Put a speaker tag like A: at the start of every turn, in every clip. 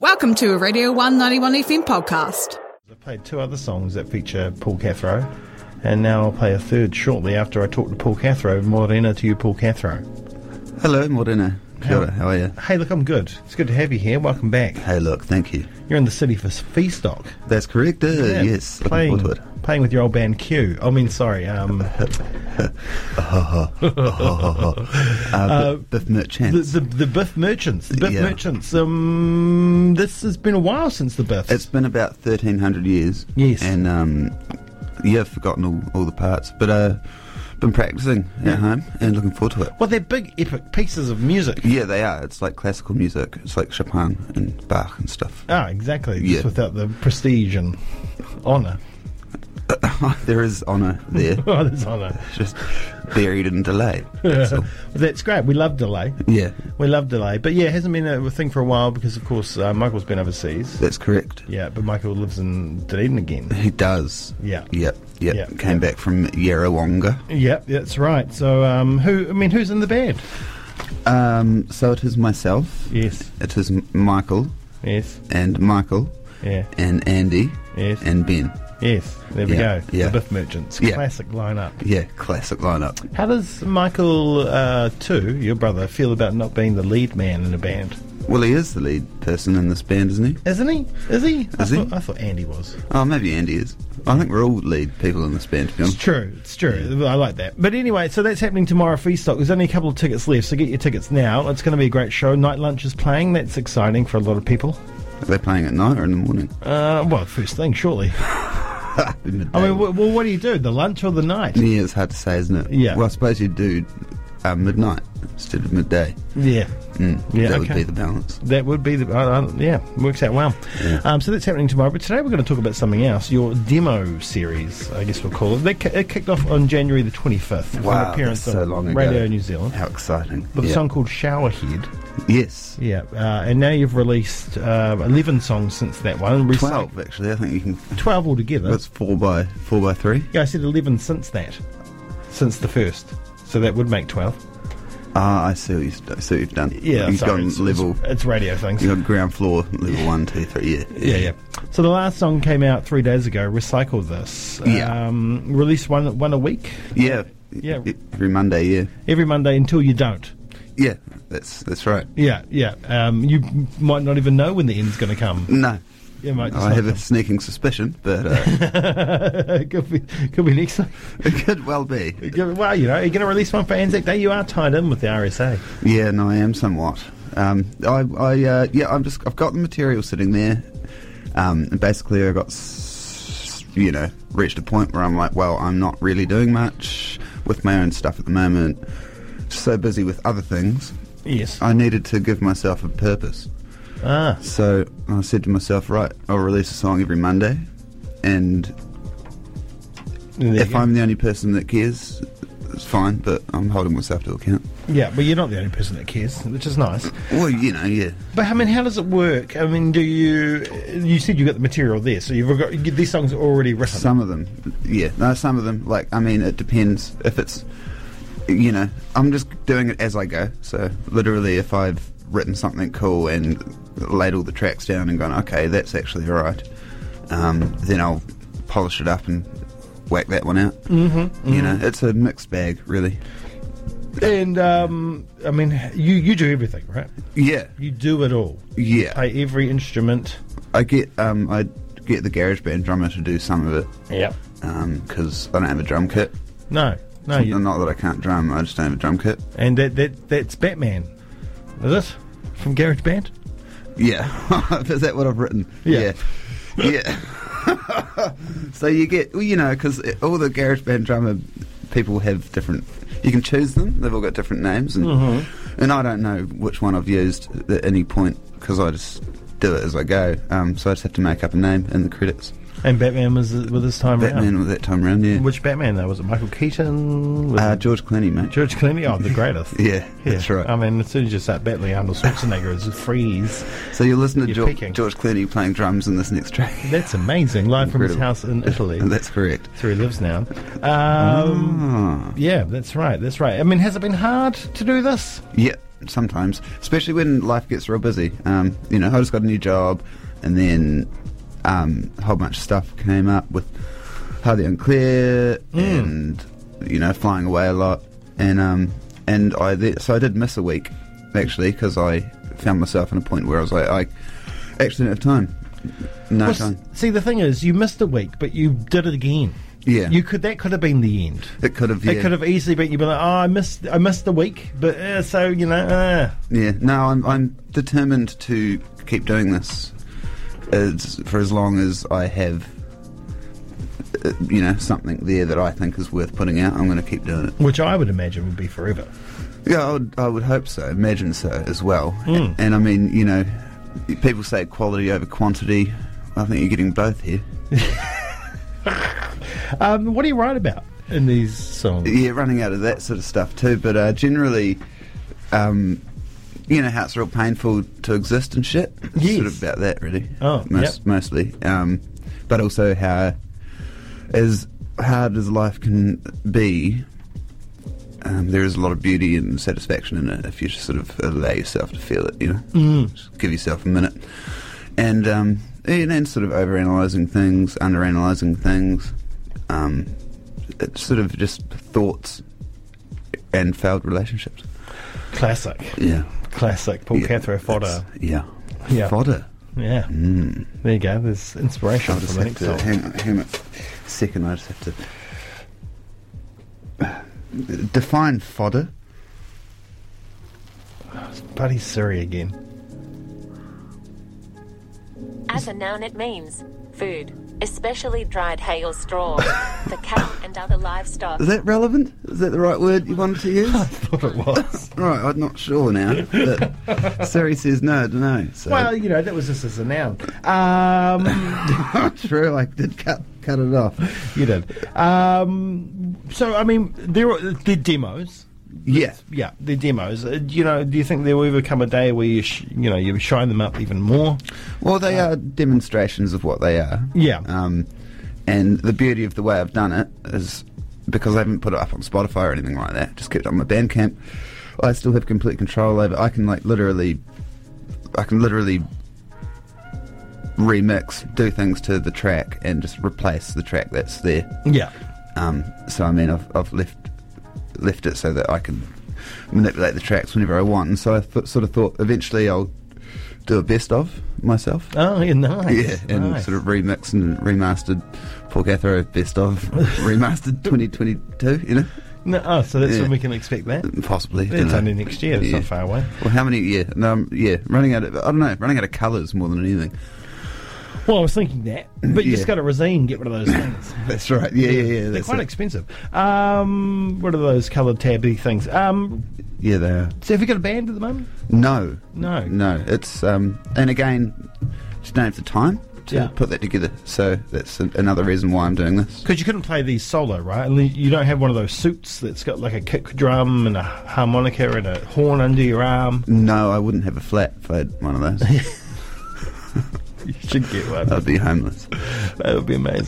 A: Welcome to a Radio 191 FM podcast.
B: I've played two other songs that feature Paul Cathro, and now I'll play a third shortly after I talk to Paul Cathro. Morena to you, Paul Cathro.
C: Hello, Morena. Kia ora, how are you?
B: Hey, look, I'm good. It's good to have you here. Welcome back.
C: Hey, look, thank you.
B: You're in the city for Feastock.
C: That's correct. Uh, yes,
B: playing,
C: looking forward to it.
B: playing with your old band Q. I mean, sorry, um,
C: Uh, Biff-
B: the,
C: Biff Merchant.
B: the the Biff Merchants. The Biff
C: Yeah.
B: Merchants. Um, this has been a while since the Biffs.
C: It's been about 1300 years.
B: Yes.
C: And, um, yeah, I've forgotten all, all the parts, but uh, been practicing at home and looking forward to it.
B: well, they're big, epic pieces of music.
C: Yeah, they are. It's like classical music. It's like Chopin and Bach and stuff.
B: Ah, exactly.
C: Yeah.
B: Just without the prestige and honour.
C: there is honour there,
B: Oh, there's honour.
C: just buried in delay. That's all.
B: That's great. We love delay.
C: Yeah,
B: We love delay, but yeah, it hasn't been a thing for a while because, of course, uh, Michael's been overseas.
C: that's correct.
B: Yeah, but Michael lives in Dunedin again.
C: He does.
B: Yeah.
C: Yep. Yep.
B: Yeah,
C: Came back from Yarrawonga.
B: Yep, that's right. So, um, who? I mean, who's in the band?
C: Um, so it is myself.
B: Yes,
C: It is M- Michael
B: yes,
C: and Michael
B: yeah,
C: and Andy
B: Yes.
C: and Ben.
B: yes. There we
C: Yeah,
B: go.
C: yeah.
B: The Biff Merchants,
C: Yeah.
B: classic lineup.
C: Yeah, classic lineup.
B: How does Michael, uh, too, your brother, feel about not being the lead man in a band?
C: Well, he is the lead person in this band, isn't he?
B: Isn't he? Is he? I
C: Is he?
B: Thought, I thought Andy was.
C: Oh, maybe Andy is. I think we're all lead people in this band, to be
B: It's
C: honest.
B: true. It's true. I like that. But anyway, so that's happening tomorrow. Feastock. There's only a couple of tickets left, so get your tickets now. It's going to be a great show. Night lunch is playing. That's exciting for a lot of people.
C: Are they playing at night or in the morning?
B: Uh, well, first thing, surely. I mean, w- well, what do you do? The lunch or the night?
C: yeah, it's hard to say, isn't it?
B: Yeah.
C: Well, I suppose you do uh, midnight instead of midday.
B: Yeah.
C: Mm,
B: Yeah, okay.
C: that would be the balance.
B: That would be the uh, uh, yeah works out well. Um, so that's happening tomorrow. But today we're going to talk about something else. Your demo series, I guess we'll call it. That ki- it kicked off on January the twenty fifth.
C: Wow,
B: an appearance
C: that's so
B: on
C: long ago.
B: Radio New Zealand.
C: How exciting!
B: With a
C: Yeah.
B: song called Showerhead.
C: Yes,
B: Yeah, uh, and now you've released uh, 11 songs since that one. Recyc-
C: twelve actually. I think you can.
B: 12 altogether.
C: That's four by four by three.
B: yeah, I said 11 since that, since the first. So that would make 12.
C: Ah, I see. What you've, I see what you've done.
B: Yeah,
C: you've
B: sorry,
C: gone
B: it's,
C: level.
B: It's, it's radio things.
C: You've got ground floor level one, two, three. Yeah,
B: Yeah, yeah. So the last song came out three days ago. Recycle this.
C: Yeah.
B: Um, release one one a week,
C: yeah,
B: Yeah.
C: E- Every Monday, yeah,
B: every Monday until you don't.
C: yeah. That's that's right.
B: Yeah, yeah. Um, you m- might not even know when the end's going to come.
C: No,
B: It might just
C: I
B: not
C: have a sneaking suspicion, but uh,
B: come. could be could be next. week.
C: it could well be.
B: Could- Well, you know, you're going to release one for Anzac Day. You are tied in with the RSA.
C: Yeah, no, I am somewhat. Um, I, I uh, yeah, I'm just. I've got the material sitting there, um, and basically, I got, s- you know, reached a point where I'm like, well, I'm not really doing much with my own stuff at the moment. So busy with other things,
B: Yes.
C: I needed to give myself a purpose.
B: Ah,
C: So I said to myself, right, I'll release a song every Monday, and
B: there you
C: if
B: go.
C: I'm the only person that cares, it's fine. But I'm holding myself to account.
B: yeah, but you're not the only person that cares, which is nice.
C: Well, you know, yeah.
B: But I mean, how does it work? I mean, do you? You said you got the material there, so you've got you- these songs are already written.
C: Some of them, yeah. No, some of them. Like, I mean, it depends if it's, you know, I'm just doing it as I go. So literally, if I've written something cool and laid all the tracks down and gone, okay, that's actually all right, um, then I'll polish it up and whack that one out. Mm-hmm, You know, it's a mixed bag, really.
B: and um, I mean, you you do everything, right?
C: Yeah,
B: You do it all.
C: yeah. I,
B: Play every instrument.
C: get, um, I get the garage band drummer to do some of it
B: Yeah.
C: because I don't have a drum kit.
B: No, no,
C: Oh,
B: you,
C: Not that I can't drum, I just don't have a drum kit.
B: and that that that's Batman, is it? From Garage Band.
C: Yeah, is that what I've written?
B: Yeah.
C: yeah. Yeah. so you get, well, you know, because all the garage band drummer people have different. You can choose them. They've all got different names, and
B: Mm-hmm.
C: and I don't know which one I've used at any point because I just do it as I go. Um, so I just have to make up a name in the credits.
B: And Batman was with his time
C: Batman
B: around.
C: was that time round, yeah.
B: Which Batman though? Was it Michael Keaton? Was
C: Uh,
B: it
C: George Clooney, mate.
B: George Um, Clooney? Oh, the greatest.
C: Yeah, that's right.
B: I mean, as soon as you start battling Arnold Schwarzenegger, it's a freeze.
C: so you listen to
B: you're
C: George,
B: peeking.
C: George Clooney playing drums in this next track.
B: That's amazing. Live from his
C: Incredible.
B: house in Italy.
C: That's correct.
B: That's where he lives now.
C: Ah.
B: Um, Yeah, that's right. That's right. I mean, has it been hard to do this?
C: Yeah, sometimes, especially when life gets real busy. Um, you know, I just got a new job, and then um, a whole bunch of stuff came up with Hardy Unclear and you know flying away a lot, and um, and I th- so I did miss a week actually because I found myself in a point where I was like I actually didn't have time, no
B: Well,
C: time.
B: s- see, the thing is, you missed a week, but you did it again.
C: Yeah.
B: you could. That could have been the end.
C: It could have. Yeah.
B: It could have easily been. You'd be like, oh, I missed. I missed a week, but uh, so you know. Uh.
C: Yeah, no, I'm, I'm determined to keep doing this as, for as long as I have, uh, you know, something there that I think is worth putting out. I'm going to keep doing it.
B: Which I would imagine would be forever.
C: Yeah, I would, I would hope so, imagine so as well. And, I mean, you know, people say quality over quantity. I think you're getting both here.
B: Um, what do you write about in these songs?
C: Yeah, running out of that sort of stuff too. But uh, generally, um, you know how it's real painful to exist and shit. It's
B: Yes.
C: Sort of about that, really.
B: Oh,
C: Most,
B: yep.
C: mostly. Um, but also how as hard as life can be, um, there is a lot of beauty and satisfaction in it if you just sort of allow yourself to feel it. You know,
B: Mm.
C: just give yourself a minute, and um, and, and sort of overanalyzing things, underanalyzing things, um, it's sort of just thoughts and failed relationships.
B: Classic,
C: Yeah,
B: classic. Paul
C: yeah,
B: Cathro fodder.
C: that's- Yeah,
B: Yeah.
C: fodder.
B: Yeah. There you go. There's inspiration
C: Mm.
B: Oh,
C: I'll
B: for
C: just
B: the
C: have
B: next song.
C: to hang on, hang on a second. I just have to define fodder.
B: Buddy Siri again.
D: As a noun, it means food, especially dried hay or straw, for cattle and other livestock.
C: Is that relevant? Is that the right word you wanted to use?
B: I thought it was.
C: right, I'm not sure now. But Siri says no, I don't know. So
B: well, you know, that was just as a noun. Um,
C: true, I did cut cut it off.
B: you did. Um, so, I mean, there are the demos.
C: Yeah,
B: Yeah, the demos. Uh, you know, do you think there will ever come a day where you, sh- you know, you shine them up even more?
C: well, they are demonstrations of what they are.
B: Yeah.
C: Um, and the beauty of the way I've done it is because I haven't put it up on Spotify or anything like that. Just kept it on my Bandcamp. I still have complete control over. I can like literally, I can literally remix, do things to the track, and just replace the track that's there.
B: Yeah.
C: Um, so I mean, I've, I've left left it so that I can manipulate the tracks whenever I want. And so I th- sort of thought eventually I'll do a best of myself.
B: Oh, yeah, nice.
C: Yeah, and
B: nice.
C: sort of remix and remastered Paul Cathro best of remastered 2022. You know,
B: No, oh, so that's
C: Yeah.
B: when we can expect that.
C: possibly.
B: It's
C: dunno.
B: only next year. It's
C: Yeah.
B: not far away.
C: Well, how many? Yeah, no, um, yeah. Running out of I don't know. Running out of colours more than anything.
B: Well, I was thinking that, but you
C: Yeah.
B: just got to resign, get rid of those things.
C: That's right. Yeah, yeah, yeah.
B: They're
C: That's
B: quite
C: it.
B: expensive. Um, what are those coloured tabby things? Um,
C: yeah, they are.
B: so have you got a band at the moment?
C: No.
B: No.
C: No. It's um and again just don't have the time to
B: Yeah.
C: put that together. So that's an, another reason why I'm doing this.
B: Because you couldn't play these solo, right? And you don't have one of those suits that's got like a kick drum and a harmonica and a horn under your arm.
C: No, I wouldn't have a flat if I had one of those.
B: You should get one.
C: I'd be homeless.
B: That would be amazing.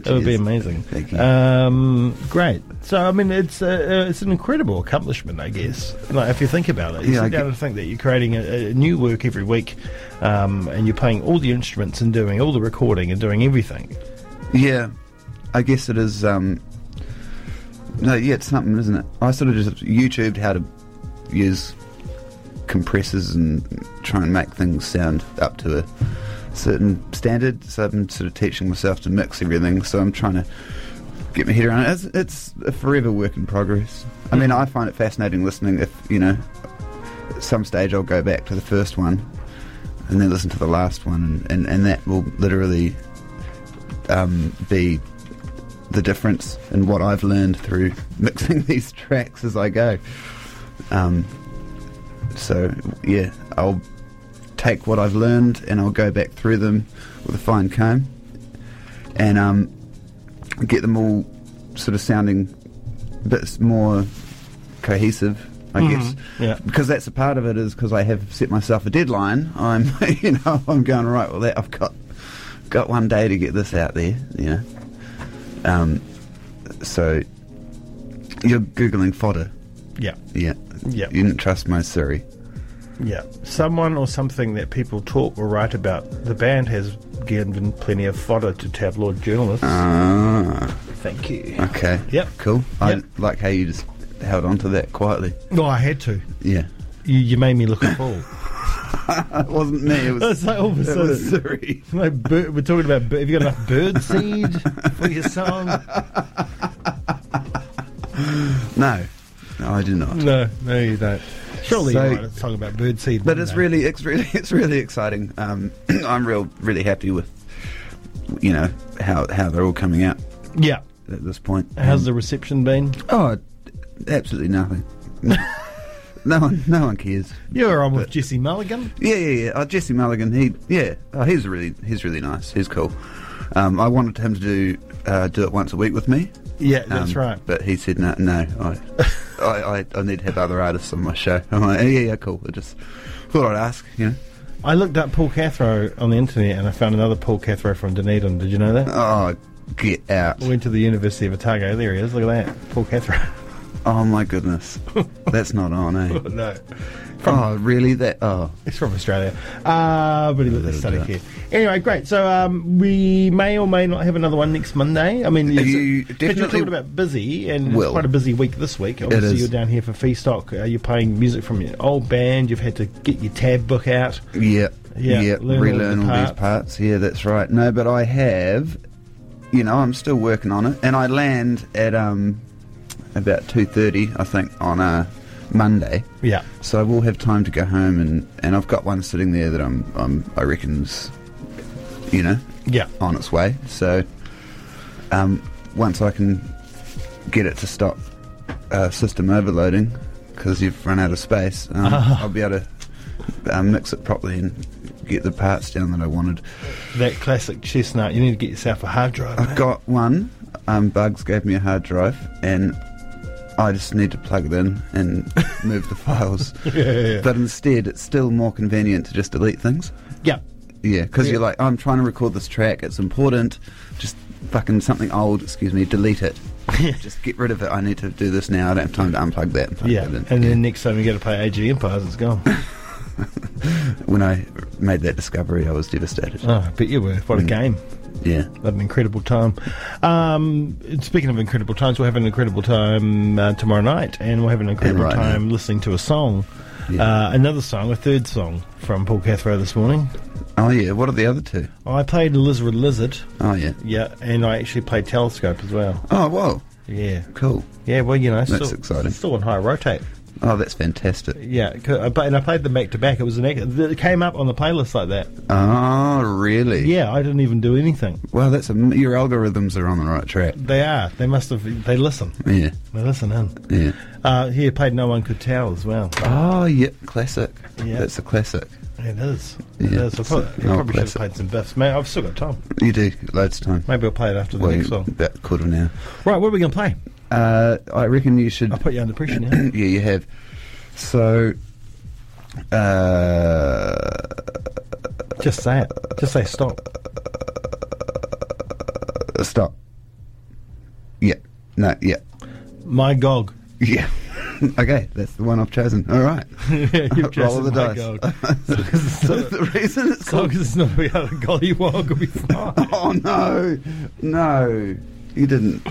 B: That would be
C: Cheers.
B: amazing.
C: Thank you.
B: Um, great. So, I mean, it's a, uh, it's an incredible accomplishment, I guess. Like, if you think about it, you
C: Yeah,
B: sit
C: I
B: down
C: get-
B: and think that you're creating a, a new work every week, um, and you're playing all the instruments and doing all the recording and doing everything.
C: Yeah. I guess it is um No, yeah, it's something, isn't it? I sort of just YouTubed how to use compressors and try and make things sound up to a certain standard. So I've been sort of teaching myself to mix everything. So I'm trying to get my head around it. It's, it's a forever work in progress. I mean, I find it fascinating listening. If you know, at some stage I'll go back to the first one and then listen to the last one, and and, and that will literally um, be the difference in what I've learned through mixing these tracks as I go. Um, so yeah, I'll take what I've learned and I'll go back through them with a fine comb and um, get them all sort of sounding a bit more cohesive, I guess.
B: Mm-hmm. yeah.
C: Because that's a part of it is because I have set myself a deadline. I'm, you know, I'm going right. Well, that I've got got one day to get this out there. You know. Um, so you're googling fodder.
B: Yeah.
C: Yeah,
B: Yeah.
C: You didn't trust my Siri.
B: Yeah. Someone or something that people talk or write about. The band has given plenty of fodder to tabloid journalists.
C: Ah,
B: Thank you.
C: okay.
B: Yep.
C: Cool. I
B: Yep.
C: like how you just held on to that quietly.
B: No, Oh, I had to.
C: Yeah.
B: You, you made me look a fool.
C: It wasn't me. It was,
B: It's like all of a
C: it was
B: sudden-
C: Siri.
B: No, bir- we're talking about. bir- Have you got enough bird seed for your song?
C: No, no, I do not.
B: No, no, you don't. Surely
C: So-
B: you write a song about bird seed.
C: But
B: one
C: it's
B: day.
C: really, it's really, it's really exciting. Um, I'm real, really happy with, you know, how how they're all coming out
B: Yeah.
C: at this point.
B: How's the reception been?
C: Oh, absolutely nothing. no one, no one cares.
B: You were on with Jesse Mulligan.
C: Yeah, yeah, yeah. Oh, Jesse Mulligan. He, yeah, oh, he's really, he's really nice. He's cool. Um, I wanted him to do uh, do it once a week with me.
B: Yeah,
C: Um,
B: that's right.
C: But he said no, no. I, I, I, I need to have other artists on my show. I'm like, "Oh, yeah, yeah, cool. I just thought I'd ask. You know.
B: I looked up Paul Cathro on the internet and I found another Paul Cathro from Dunedin. Did you know that?
C: Oh, get out.
B: I went to the University of Otago. There he is. Look at that, Paul Cathro.
C: Oh my goodness, that's not on, eh?
B: no,
C: Oh, really? That? Oh,
B: he's from Australia. Uh, but he looked
C: Little
B: study
C: duck.
B: kid. Anyway, great. So um, we may or may not have another one next Monday. I mean,
C: You
B: it's- but you're
C: definitely
B: talking about busy and it's
C: will.
B: quite a busy week this week. Obviously,
C: is.
B: you're down here for Feastock. Uh, you're playing music from your old band. You've had to get your tab book out.
C: yeah,
B: Yeah,
C: yeah.
B: learn all
C: Relearn
B: the
C: all, these
B: parts.
C: parts. Yeah, that's right. No, but I have. You know, I'm still working on it, and I land at um about two thirty, I think, on a Monday.
B: Yeah.
C: So I will have time to go home, and and I've got one sitting there that I'm, I'm I reckon's, you know,
B: Yeah.
C: on its way. So um, once I can get it to stop uh, system overloading, because you've run out of space, um,
B: Ah.
C: I'll be able to uh, mix it properly and get the parts down that I wanted.
B: That classic chestnut. You need to get yourself a hard drive.
C: I've got one. Um, Bugs gave me a hard drive, and I just need to plug it in and move the files.
B: Yeah, yeah, yeah.
C: But instead, it's still more convenient to just delete things.
B: yeah.
C: Yeah, because
B: Yeah.
C: you're like, I'm trying to record this track. It's important. Just fucking something old. Excuse me. Delete it. just get rid of it. I need to do this now. I don't have time to unplug that. And plug
B: Yeah.
C: that in.
B: And then next time you got to play AG Empires, it's gone.
C: when I made that discovery, I was devastated.
B: oh, I bet you were.
C: Mm.
B: What a game.
C: Yeah.
B: What an incredible time. Um, speaking of incredible times, we'll have an incredible time uh, tomorrow night, and we'll have an incredible
C: right now.
B: time listening to a song.
C: Yeah.
B: Uh, another song, a third song from Paul Cathro this morning.
C: Oh yeah. What are the other two?
B: I played Lizard Lizard,
C: Oh yeah.
B: yeah, and I actually played Telescope as well.
C: Oh whoa.
B: Yeah,
C: Cool.
B: yeah. Well, you know,
C: That's
B: still,
C: exciting.
B: Still on high rotate.
C: Oh, that's fantastic.
B: Yeah, c- uh, but and I played them back to back. It was an ex- it came up on the playlist like that.
C: Oh really?
B: Yeah, I didn't even do anything.
C: Well, that's a, your algorithms are on the right track.
B: They are. They must have. They listen.
C: Yeah.
B: They listen in.
C: Yeah.
B: Uh, he played No One Could Tell as well.
C: Oh yeah. Classic.
B: Yeah.
C: That's a classic.
B: It is. It
C: Yeah,
B: is. I
C: it's
B: probably,
C: a-
B: you
C: oh,
B: probably should have
C: classic.
B: played some biffs. Mate, I've still got time.
C: You do loads of time.
B: Maybe I'll play it after the
C: Well,
B: next
C: you
B: song.
C: about quarter now.
B: Right, what are we going to play?
C: Uh, I reckon you should.
B: I'll put you under pressure
C: yeah,
B: now.
C: you have. So, uh,
B: Just say it. Just say stop.
C: stop. Yeah. No. Yeah.
B: My Gog.
C: Yeah. okay, that's the one I've chosen. All right.
B: You've
C: Roll
B: chosen
C: of the
B: My
C: dice.
B: Gog.
C: so the reason it's
B: As long
C: called.
B: as it's not the other gollywog, will be fine.
C: Oh no, no, you didn't.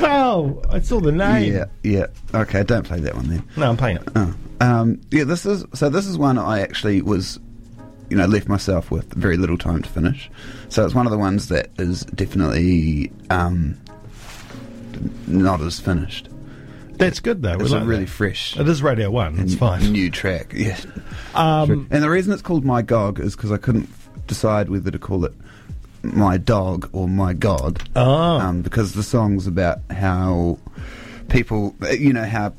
B: well, I saw the name.
C: Yeah. Yeah. Okay, don't play that one then.
B: No, I'm playing it.
C: Oh. Um, yeah, this is so. This is one I actually was, you know, left myself with very little time to finish. So it's one of the ones that is definitely um, not as finished.
B: That's good, though. We
C: It's a
B: like
C: really
B: that.
C: fresh.
B: It is Radio 1. It's fine.
C: New track, yes.
B: Um,
C: and the reason it's called My Gog is because I couldn't decide whether to call it My Dog or My God.
B: Oh.
C: Um, because the song's about how people, you know, how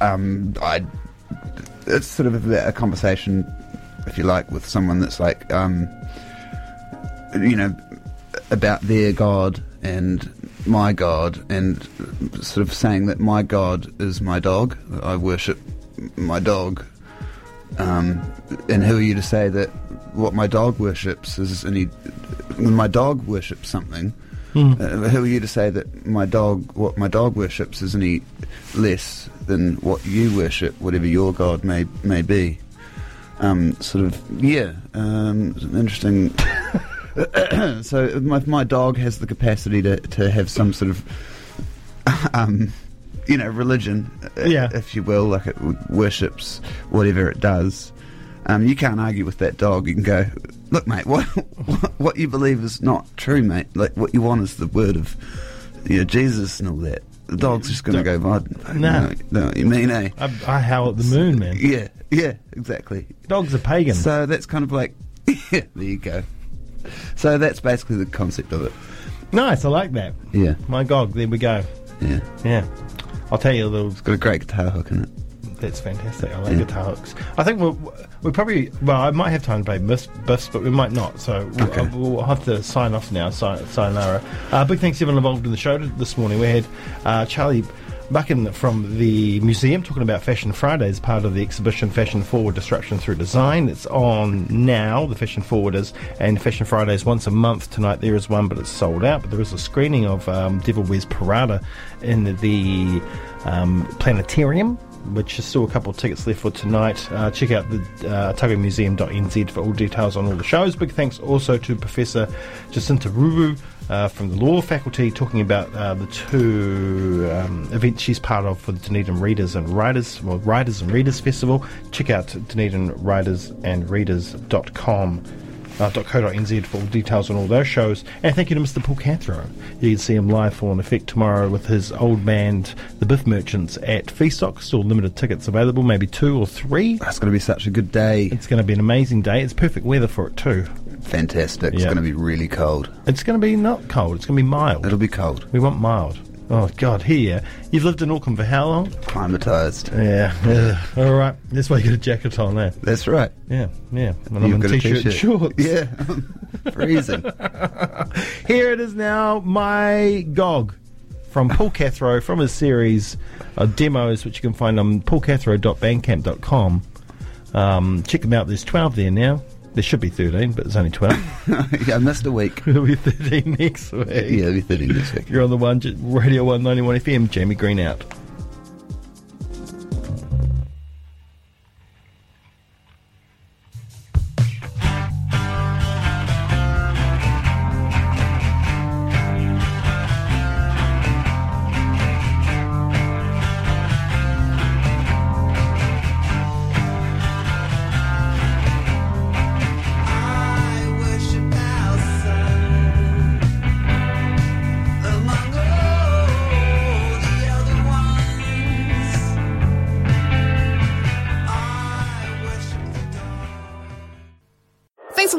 C: um, I. It's sort of a, a conversation, if you like, with someone that's like, um, you know, about their God and my God, and sort of saying that my God is my dog. I worship my dog. Um, and who are you to say that what my dog worships is any? My dog worships something. Uh, who are you to say that my dog, what my dog worships, is any less than what you worship, whatever your god may may be. Um, sort of, yeah, um, it's an interesting. so if my, if my dog has the capacity to, to have some sort of, um, you know, religion, i-
B: Yeah.
C: if you will, like it w- worships whatever it does. Um, you can't argue with that dog. You can go, look, mate, what what you believe is not true, mate. Like what you want is the word of, you know, Jesus and all that. The dog's just going to go, well, I don't
B: No.
C: know, know what you mean, eh?
B: I, I howl at the moon, man.
C: Yeah, yeah, exactly.
B: Dogs are pagan.
C: So that's kind of like, yeah, there you go. So that's basically the concept of it.
B: nice, I like that.
C: Yeah,
B: My gog, there we go.
C: yeah.
B: Yeah. I'll tell you a little.
C: Got a great guitar hook in it.
B: That's fantastic. I like
C: Yeah.
B: guitar hooks. I think we'll, we probably. Well, I might have time to play Miss Biffs, but we might not. So we'll,
C: Okay.
B: we'll have to sign off now. Si- Sayonara. Uh, big thanks to everyone involved in the show t- this morning. We had uh, Charlie Buchan from the museum talking about Fashion Friday as part of the exhibition Fashion Forward Destruction Through Design. It's on now, the Fashion Forwarders, and Fashion Fridays once a month. Tonight there is one, but it's sold out. But there is a screening of um, Devil Wears Parada in the um, planetarium which is still a couple of tickets left for tonight. Uh, check out the uh, otagomuseum.nz for all details on all the shows. Big thanks also to Professor Jacinta Rubu uh, from the law faculty talking about uh, the two um, events she's part of for the Dunedin Readers and Writers, well, Writers and Readers Festival. Check out Dunedin Writers and Readers.com uh, .co.nz for all details on all those shows. And thank you to Mr. Paul Cathro. You can see him live for an effect tomorrow with his old band, The Biff Merchants, at Feastock. Still limited tickets available, maybe two or three.
C: Ah, It's going to be such a good day.
B: It's going to be an amazing day. It's perfect weather for it too.
C: Fantastic. It's
B: Yeah.
C: going to be really cold.
B: It's going to be not cold. It's going to be mild.
C: It'll be cold.
B: we want mild. Oh God, here you've lived in Auckland for how long?
C: Climatized.
B: Yeah. Ugh. All right. That's why you get a jacket on there.
C: That's right.
B: Yeah. Yeah. And I'm in
C: got
B: t-shirt, and shorts.
C: Yeah. Freezing.
B: Here it is now, My Gog from Paul Cathro from his series uh, demos, which you can find on paulcathro.bandcamp.com. Um, check them out. There's 12 there now. There should be 13, but there's only 12.
C: yeah, I missed a week.
B: There'll be 13 next week.
C: Yeah, it'll be 30 next week.
B: You're on the one Radio 191 FM. Jamie Green out.
A: Thanks for